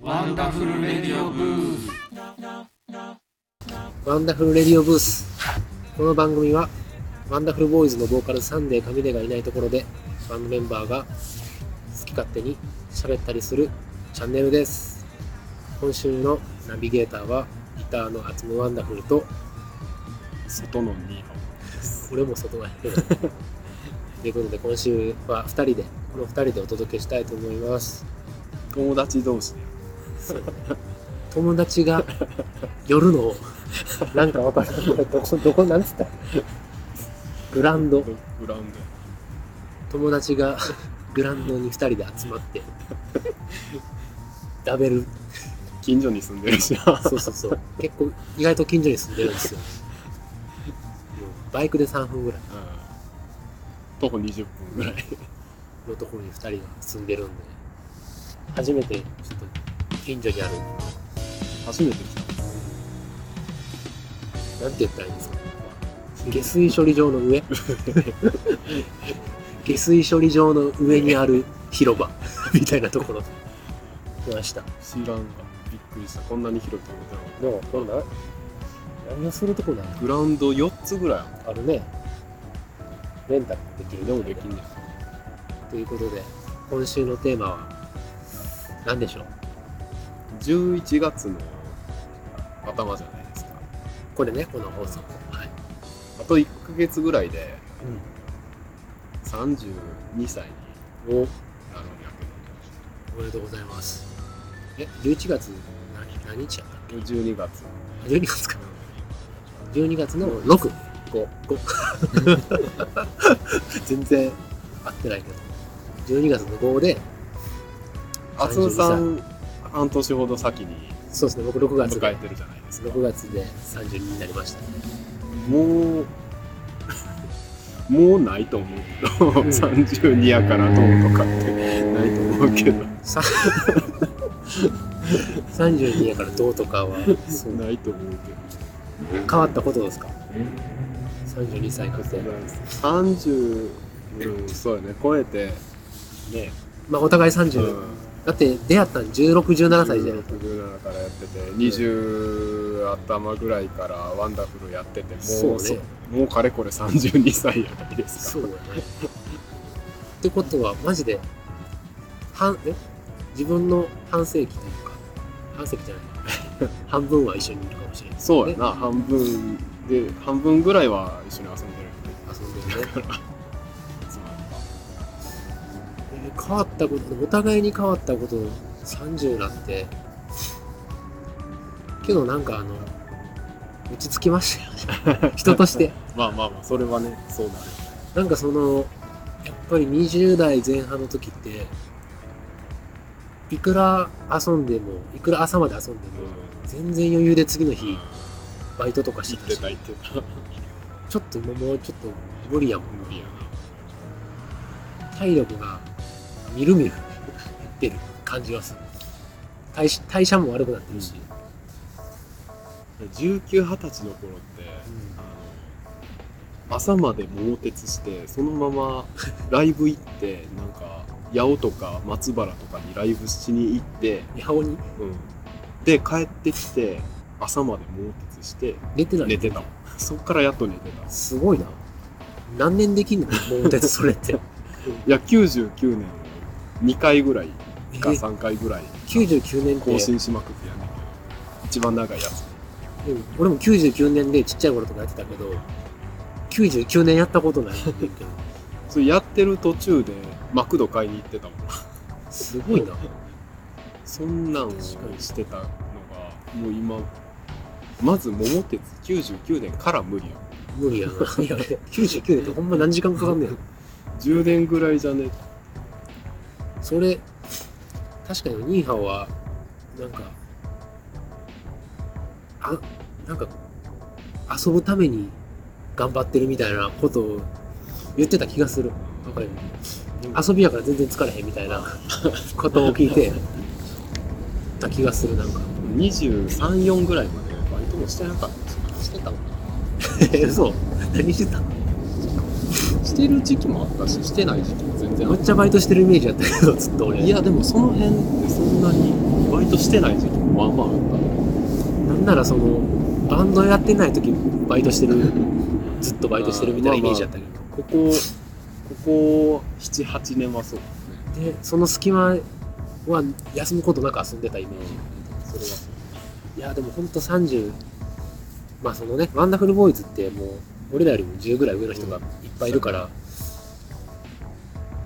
ワンダフルレディオブースワンダフルレディオブース。この番組は、ワンダフルボーイズのボーカルサンデー・カミネがいないところで、バンドメンバーが好き勝手に喋ったりするチャンネルです。今週のナビゲーターは、ギターの厚むワンダフルと、外のニー俺も外が減る。 ということで、今週は2人で、この2人でお届けしたいと思います。友達同士友達が寄るのを、なんかわからんけど、どこ、どこなんつったグランド。グラウンド友達がグラウンドに2人で集まって食べる近所に住んでるしそうそうそう結構意外と近所に住んでるんですよもうバイクで3分ぐらい徒歩20分ぐらいのところに2人が住んでるんで初めてちょっと近所にある初めて来たなんて言ったらいいんですか下水処理場の 上下水処理場の上にある広場 みたいなところ来ました知らんかびっくりしたこんなに広いと思ってなかっでもこんな何をするとこなのたグラウンド4つぐらいああるね。レンタルもできるるでもできんねんということで、今週のテーマは、何でしょう11月の頭じゃないですかこれね、この放送。はい。あと1ヶ月ぐらいで32歳にお、なるおんやけめでとうございます。え、11月何、何日やったっど12月け ?12 月かな ?12 月の6。 5 全然合ってないけど。12月の5で、あつさん半年ほど先にそうですね、僕6月迎えで、てるじゃないですか6月で32になりましたね。もうもうないと思うけど、うん32やからどうとかってないと思うけど さ32やからどうとかはないと思う変わったことですか32歳になっけてど30、うん、そうやね超えてね、まあお互いうん、 30、だって出会ったの1617歳じゃない67からやってて20頭ぐらいからワンダフルやっててもうそうねもうかれこれ32歳やないですかそうだねってことはマジで半え自分の半世紀というか半世紀じゃない 半分は一緒にいるかもしれないそうやな、半分で半分ぐらいは一緒に遊んでるよね遊んでるねつまりはえー変わったことお互いに変わったこと30なってけどなんかあの落ち着きました よね人としてまあまあまあそれはねそうなるなんかそのやっぱり20代前半の時っていくら遊んでもいくら朝まで遊んでも全然余裕で次の日バイトとかして行ったてした行ってたちょっともうもうちょっと無理やもん無理や体力がみるみる減ってる感じはする代謝代謝も悪くなってるし、な1920歳の頃ってあの朝まで猛鉄してそのまま ライブ行ってなんか八尾とか松原とかにライブしに行って、八尾にうん、で帰ってきて朝まで猛鉄して出てない寝てた そっからやっと寝てたすごいな何年できんの桃鉄それって いや99年2回ぐらいえか3回ぐらい99年って更新しまくってやんねんけど一番長いやつうん俺も99年でちっちゃい頃とかやってたけど99年やったことないんだけどそれやってる途中でマクド買いに行ってたもんすごい なそんなんをしてたのがもう今まず桃鉄99年から無理やん無理やないや99年ってほんま何時間かかんねやろ10年ぐらいじゃねそれ確かにニーハオはなんかあなんか遊ぶために頑張ってるみたいなことを言ってた気がするわかる遊びやから全然疲れへんみたいなことを聞いてた気がするなんか234ぐらいまでバイトもしてなかったししてたもんえそう何してたのしてる時期もあったししてない時期も全然全然むっちゃバイトしてるイメージやったけどずっと俺いやでもその辺ってそんなにバイトしてない時期もまあまああったなんならそのバンドやってない時バイトしてるずっとバイトしてるみたいなイメージやったけど、ここここ78年はそうでその隙間は休むことなく遊んでたイメージそれはそいやでもほんと30まあそのねワンダフルボーイズってもう俺らよりも10ぐらい上の人がいっぱいいるから、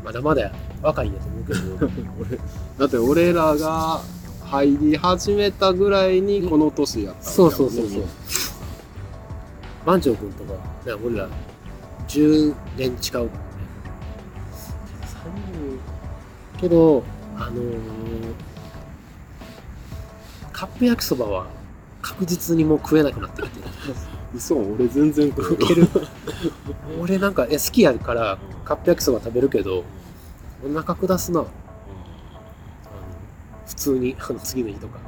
まだまだ若いんやと思うけどう俺だって俺らが入り始めたぐらいにこの年やったんだよそうそうそうそう番長君とかね俺ら10年違うからね30けどあのーカップ焼きそばは確実にもう食えなくなってるっていう嘘俺全然食受ける俺なんかえ好きやからカップ焼きそば食べるけどお腹下すなあの普通にあの次の日とか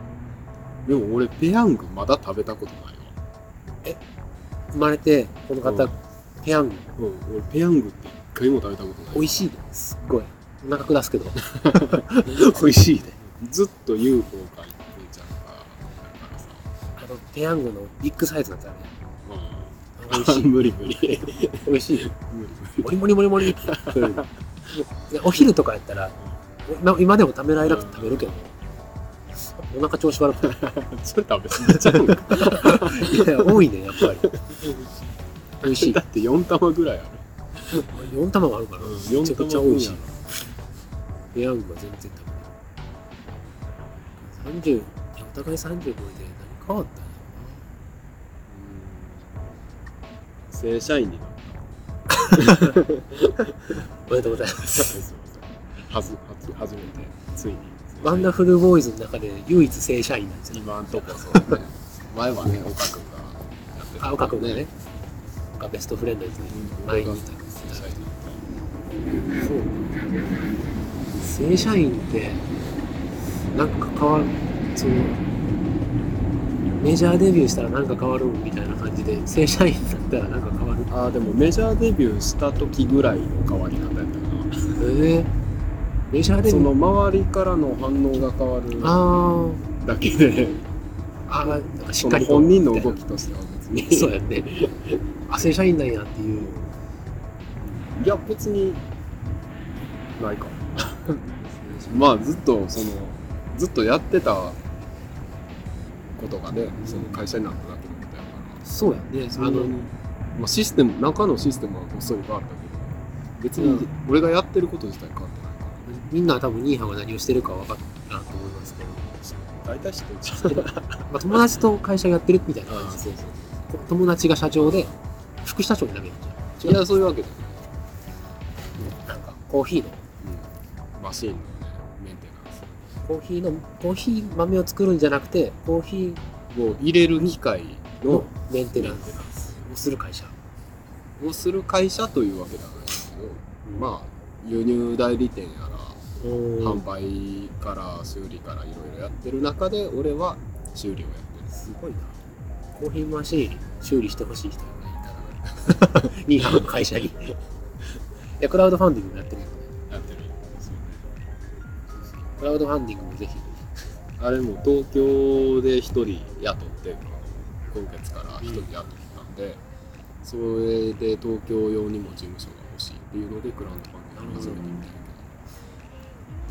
でも俺ペヤングまだ食べたことないわ生まれてこの方、ペヤングうん、俺ペヤングって一回も食べたことない美味しいですっごいお腹下すけど美味しいねずっと UFO か一平ちゃんかだからさ、あのペヤングのビッグサイズのやつあるね美味うしん、い無理無理無理美味しい無モリモリモリモリって食べるでお昼とかやったらな今でも食べられなくて食べるけどお腹調子悪く理てそれ食べ過ぎちゃうんかいやいや多いねやっぱり美味しいだって4玉ぐらいある、 4玉もあるからうん、めちゃ4くちゃ玉美分味しいペヤングは全然食べない30お互い30超えて何変わったんやうん正社員になったろなおめでとうござい ますすいませんはずはず初めてついにワンダフルボーイズの中で唯一正社員なんですよ今んとこそうね前はね岡君がやってたあ岡君がねがベストフレンドですね前にいた正社員になったそう正社員ってなんか変わるそのメジャーデビューしたらなんか変わるみたいな感じで正社員だったらなんか変わるあーでもメジャーデビューした時ぐらいの変わり方やったかなええメジャーデビそューの周りからの反応が変わるあーだけ であーなんかしそっかのりと本人の動きとしては別に そうやねあ正社員なんやっていういや別にないかまあずっとそのずっとやってたことがねその会社になっただけのことやからそうやねそあんなのに、まあ、システム中のシステムはごっそり変わったけど別うにん俺がやってること自体変わってないからみんなは多分ニーハンが何をしてるかは分かったなと思いますけど、 大体知ってるまあ、友達と会社やってるみたいなあ感あじそうそうで友達が社長で副社長になるやんじそゃういやそういうわけじゃないんなんかコーヒーのうんマシーンのねメンテナンスコーヒーのコーヒー豆を作るんじゃなくてコーヒを入れる機械ーののメンテメンテナナンンススをする会社をする会社というわけではないんですけど、まあ輸入代理店やらおー販売から修理からいろいろやってる中で俺は修理をやってるすごいなコーヒーマシーン修理してほしい人がいたらニーハンの会社にいやクラウドファンディングもやってるよねやってるですよねクラウドファンディングもぜひあれも東京で一人雇って今月から一人雇ったんで、それで東京用にも事務所が欲しいっていうのでクラウドファンディングを始めてみたい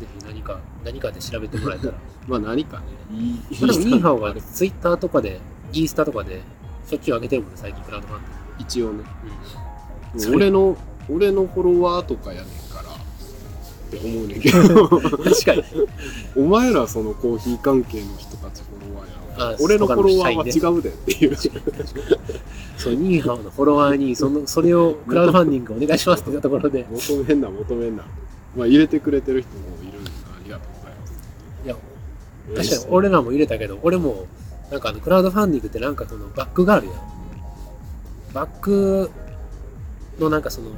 なぜひ何か何かで調べてもらえたらまあ何かねいいまあでもニーハンあはれツイッターとかでインスタとかでしょっちゅう上げてるもんね最近クラウドファンディング一応ねそれ俺の俺のフォロワーとかやねんからって思うねんけど確かにお前らそのコーヒー関係の人たちフォロワーやろあ俺のフォロワーは他の社員違ねうでっていうそうニーハオのフォロワーにそのそれをクラウドファンディングお願いしますって言ったところで求めんな求めんなまあ入れてくれてる人もいるんでありがとうございますいや確かに俺らも入れたけど俺もなんかあのクラウドファンディングってなんかそのバックがあるやんバックのなんかその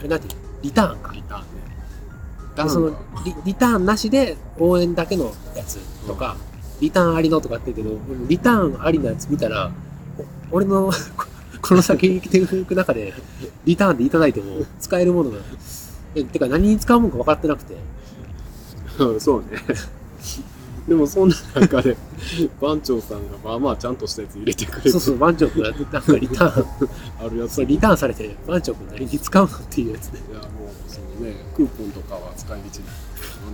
あれなんていうのリターンかリターンねリタでそーのンがリリターンなしで応援だけのやつとか、リターンありのとかって言うけど俺リターンありのやつ見たらお俺の この先生きていく中でリターンでいただいても使えるものがえてか何に使うもんか分かってなくてうんそうね。でもそんな中で、番長さんがまあまあちゃんとしたやつ入れてくれてそうそう番長君がなんかリターンあるやつそうリターンされて番長君何に使うのっていうやつでいやもうそのねクーポンとかは使い道ない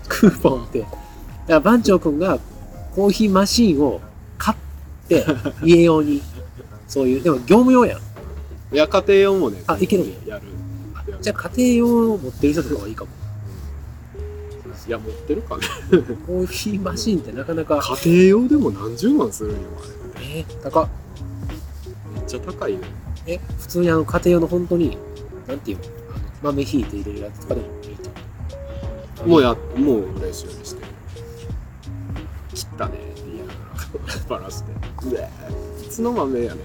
クーポンってだから番長君がコーヒーマシーンを買って家用にそういうでも業務用やんいや家庭用もねあいけるんやるやるじゃあ家庭用を持ってる人とかはいいかもいや持ってるかねコーヒーマシーンってなかなか家庭用でも何十万するんよあえー、高っれめっちゃ高いよえ普通にあの家庭用の本当になんていうのあの豆引いて入れるやつとかでもいいと思もうややもう練習にして切ったねって言いながらバラしてうわいつの豆やねん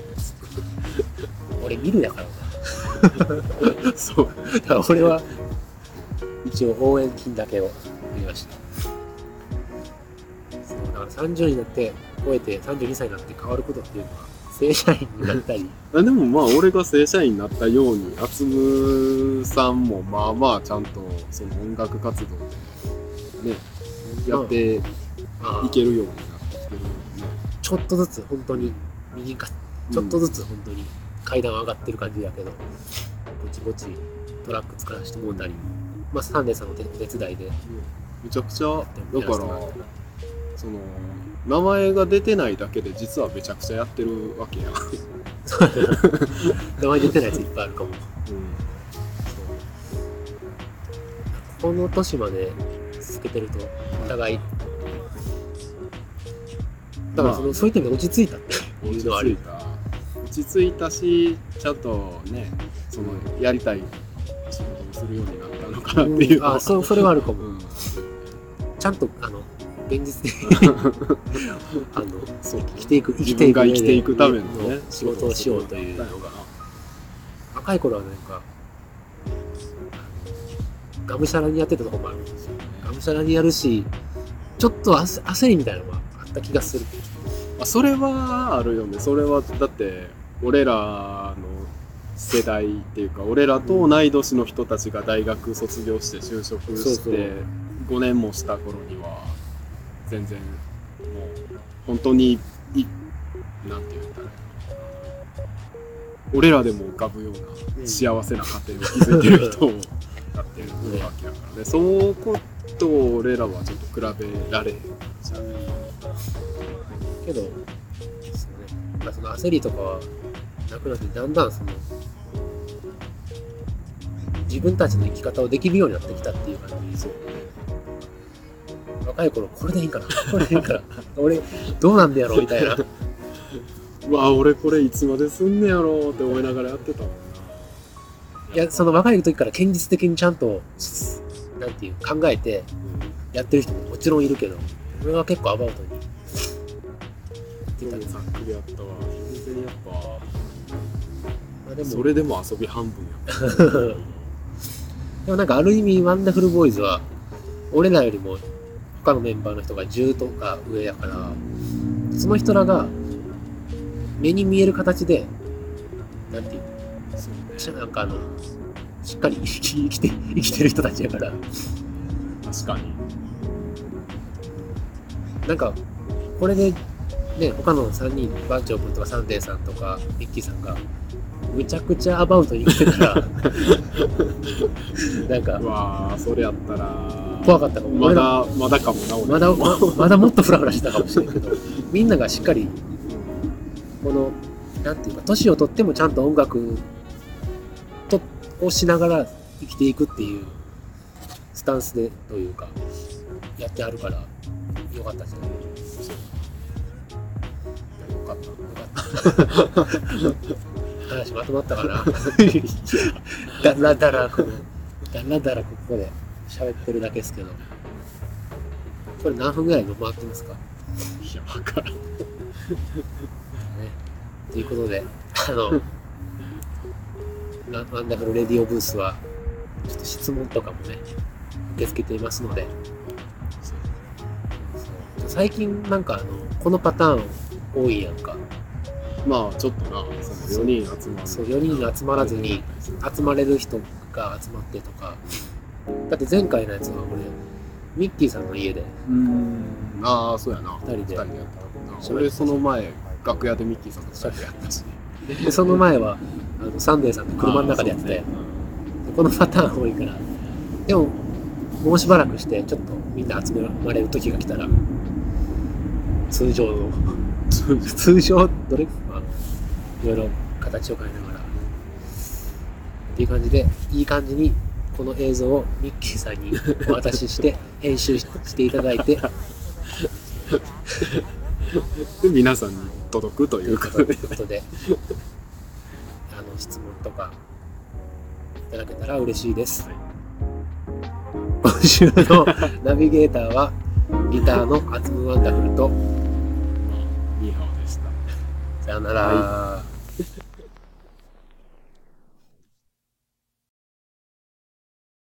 俺見るやからなそうだから 俺は一応応援金だけを入れましたそうだから30になって超えて32歳になって変わることっていうのは正社員になったりあでもまあ俺が正社員になったようにつむさんもまあまあちゃんとその音楽活動でねやっていあーけるようになってきてるよねちょっとずつ本当に右かちょっとずつ本当に階段上がってる感じやけど、ぼちぼちトラック作らせてもらったり、まあ、サンデーさんの手手伝いでめちゃくちゃだやかららせてもらったりその名前が出てないだけで実はめちゃくちゃやってるわ けや、う名前出てないやついっぱいあるかもん、この年まで続けてるとお互いだからその、まあそういった意味で落ち着いたって落いうちのはある着いた落ち着いたしちゃんとねそのやりたい仕事をするようになったのかなっていうのは、あそうそれはあるかうもんちゃんとあの現実的に あのそう生きていく生自きて分いくが生上できていくためのね仕事をしようというのが若い頃はなんかがむしゃらにやってたとこもあるんですよがむしゃらにやるしちょっと焦焦りみたいなのがあった気がするあそれはあるよねそれはだって俺らの世代っていうか俺らと同い年の人たちが大学卒業して就職そうしそてう5年もした頃には全然もう本当にいなんて言ったらいいの俺らでも浮かぶよううなん幸せな家庭を築いてる人をやってるわけやからねそこと俺らはちょっと比べられへんじゃんけどですねなんかその焦りとかはなくなってだんだんその自分たちの生き方をできるようになってきたっていう感じそう若い頃これでいいんかなこれでいいんかな俺どうなんだやろみたいなうわあ俺これいつまですんねやろうって思いながらやってたもんいやその若い時から現実的にちゃんとなんていう考えてやってる人ももちろんいるけど俺は結構アバウトに今日もざっくりやったわ全然やっまあぱでもそれでも遊び半分やでもなんかある意味ワンダフルボーイズは俺らよりも他のメンバーの人が10とか上やからその人らが目に見える形でなんていうそうねのなんかあのしっかり生き生きて生きてる人たちやから確かになんかこれでね他の3人番長君とかサンデーさんとかミッキーさんがむちゃくちゃアバウトに生きてた らなんかうわあそれやったら怖かったかもまだまだかもな俺まだままだもっとフラフラしてたかもしれないけどみんながしっかりこのなんていうか年をとってもちゃんと音楽とをしながら生きていくっていうスタンスでというかやってあるからよかったじゃないよかったよかった。話まとまったかな。だらだらこの、だらだらここで喋ってるだけですけど。これ何分ぐらいで回ってますかね。いや分からんということで、あの、 ラワンダフルレディオブースは、ちょっと質問とかもね、受け付けていますので、最近なんかあの、このパターン多いやんか。まあちょっとなその4人集まるそう4人集まらずに集まれる人が集まってとかだって前回のやつは俺ミッキーさんの家でうんああそうやな二人でやった喋なる俺その前楽屋でミッキーさんと2人でやったしでその前はあのサンデーさんの車の中でやってたやあん、ーそうねこのパターン多いからでももうしばらくしてちょっとみんな集められる時が来たら通常の 通常どれまあいろいろ形を変えながらっていう感じでいい感じにこの映像をミッキーさんにお渡しして編集ししていただいてで皆さんに届くとといいううことでことで、あの質問とかいただけたら嬉しいです。はい今週のナビゲーターはギターのアツムワンダフルとニーハオでしたさよなら。は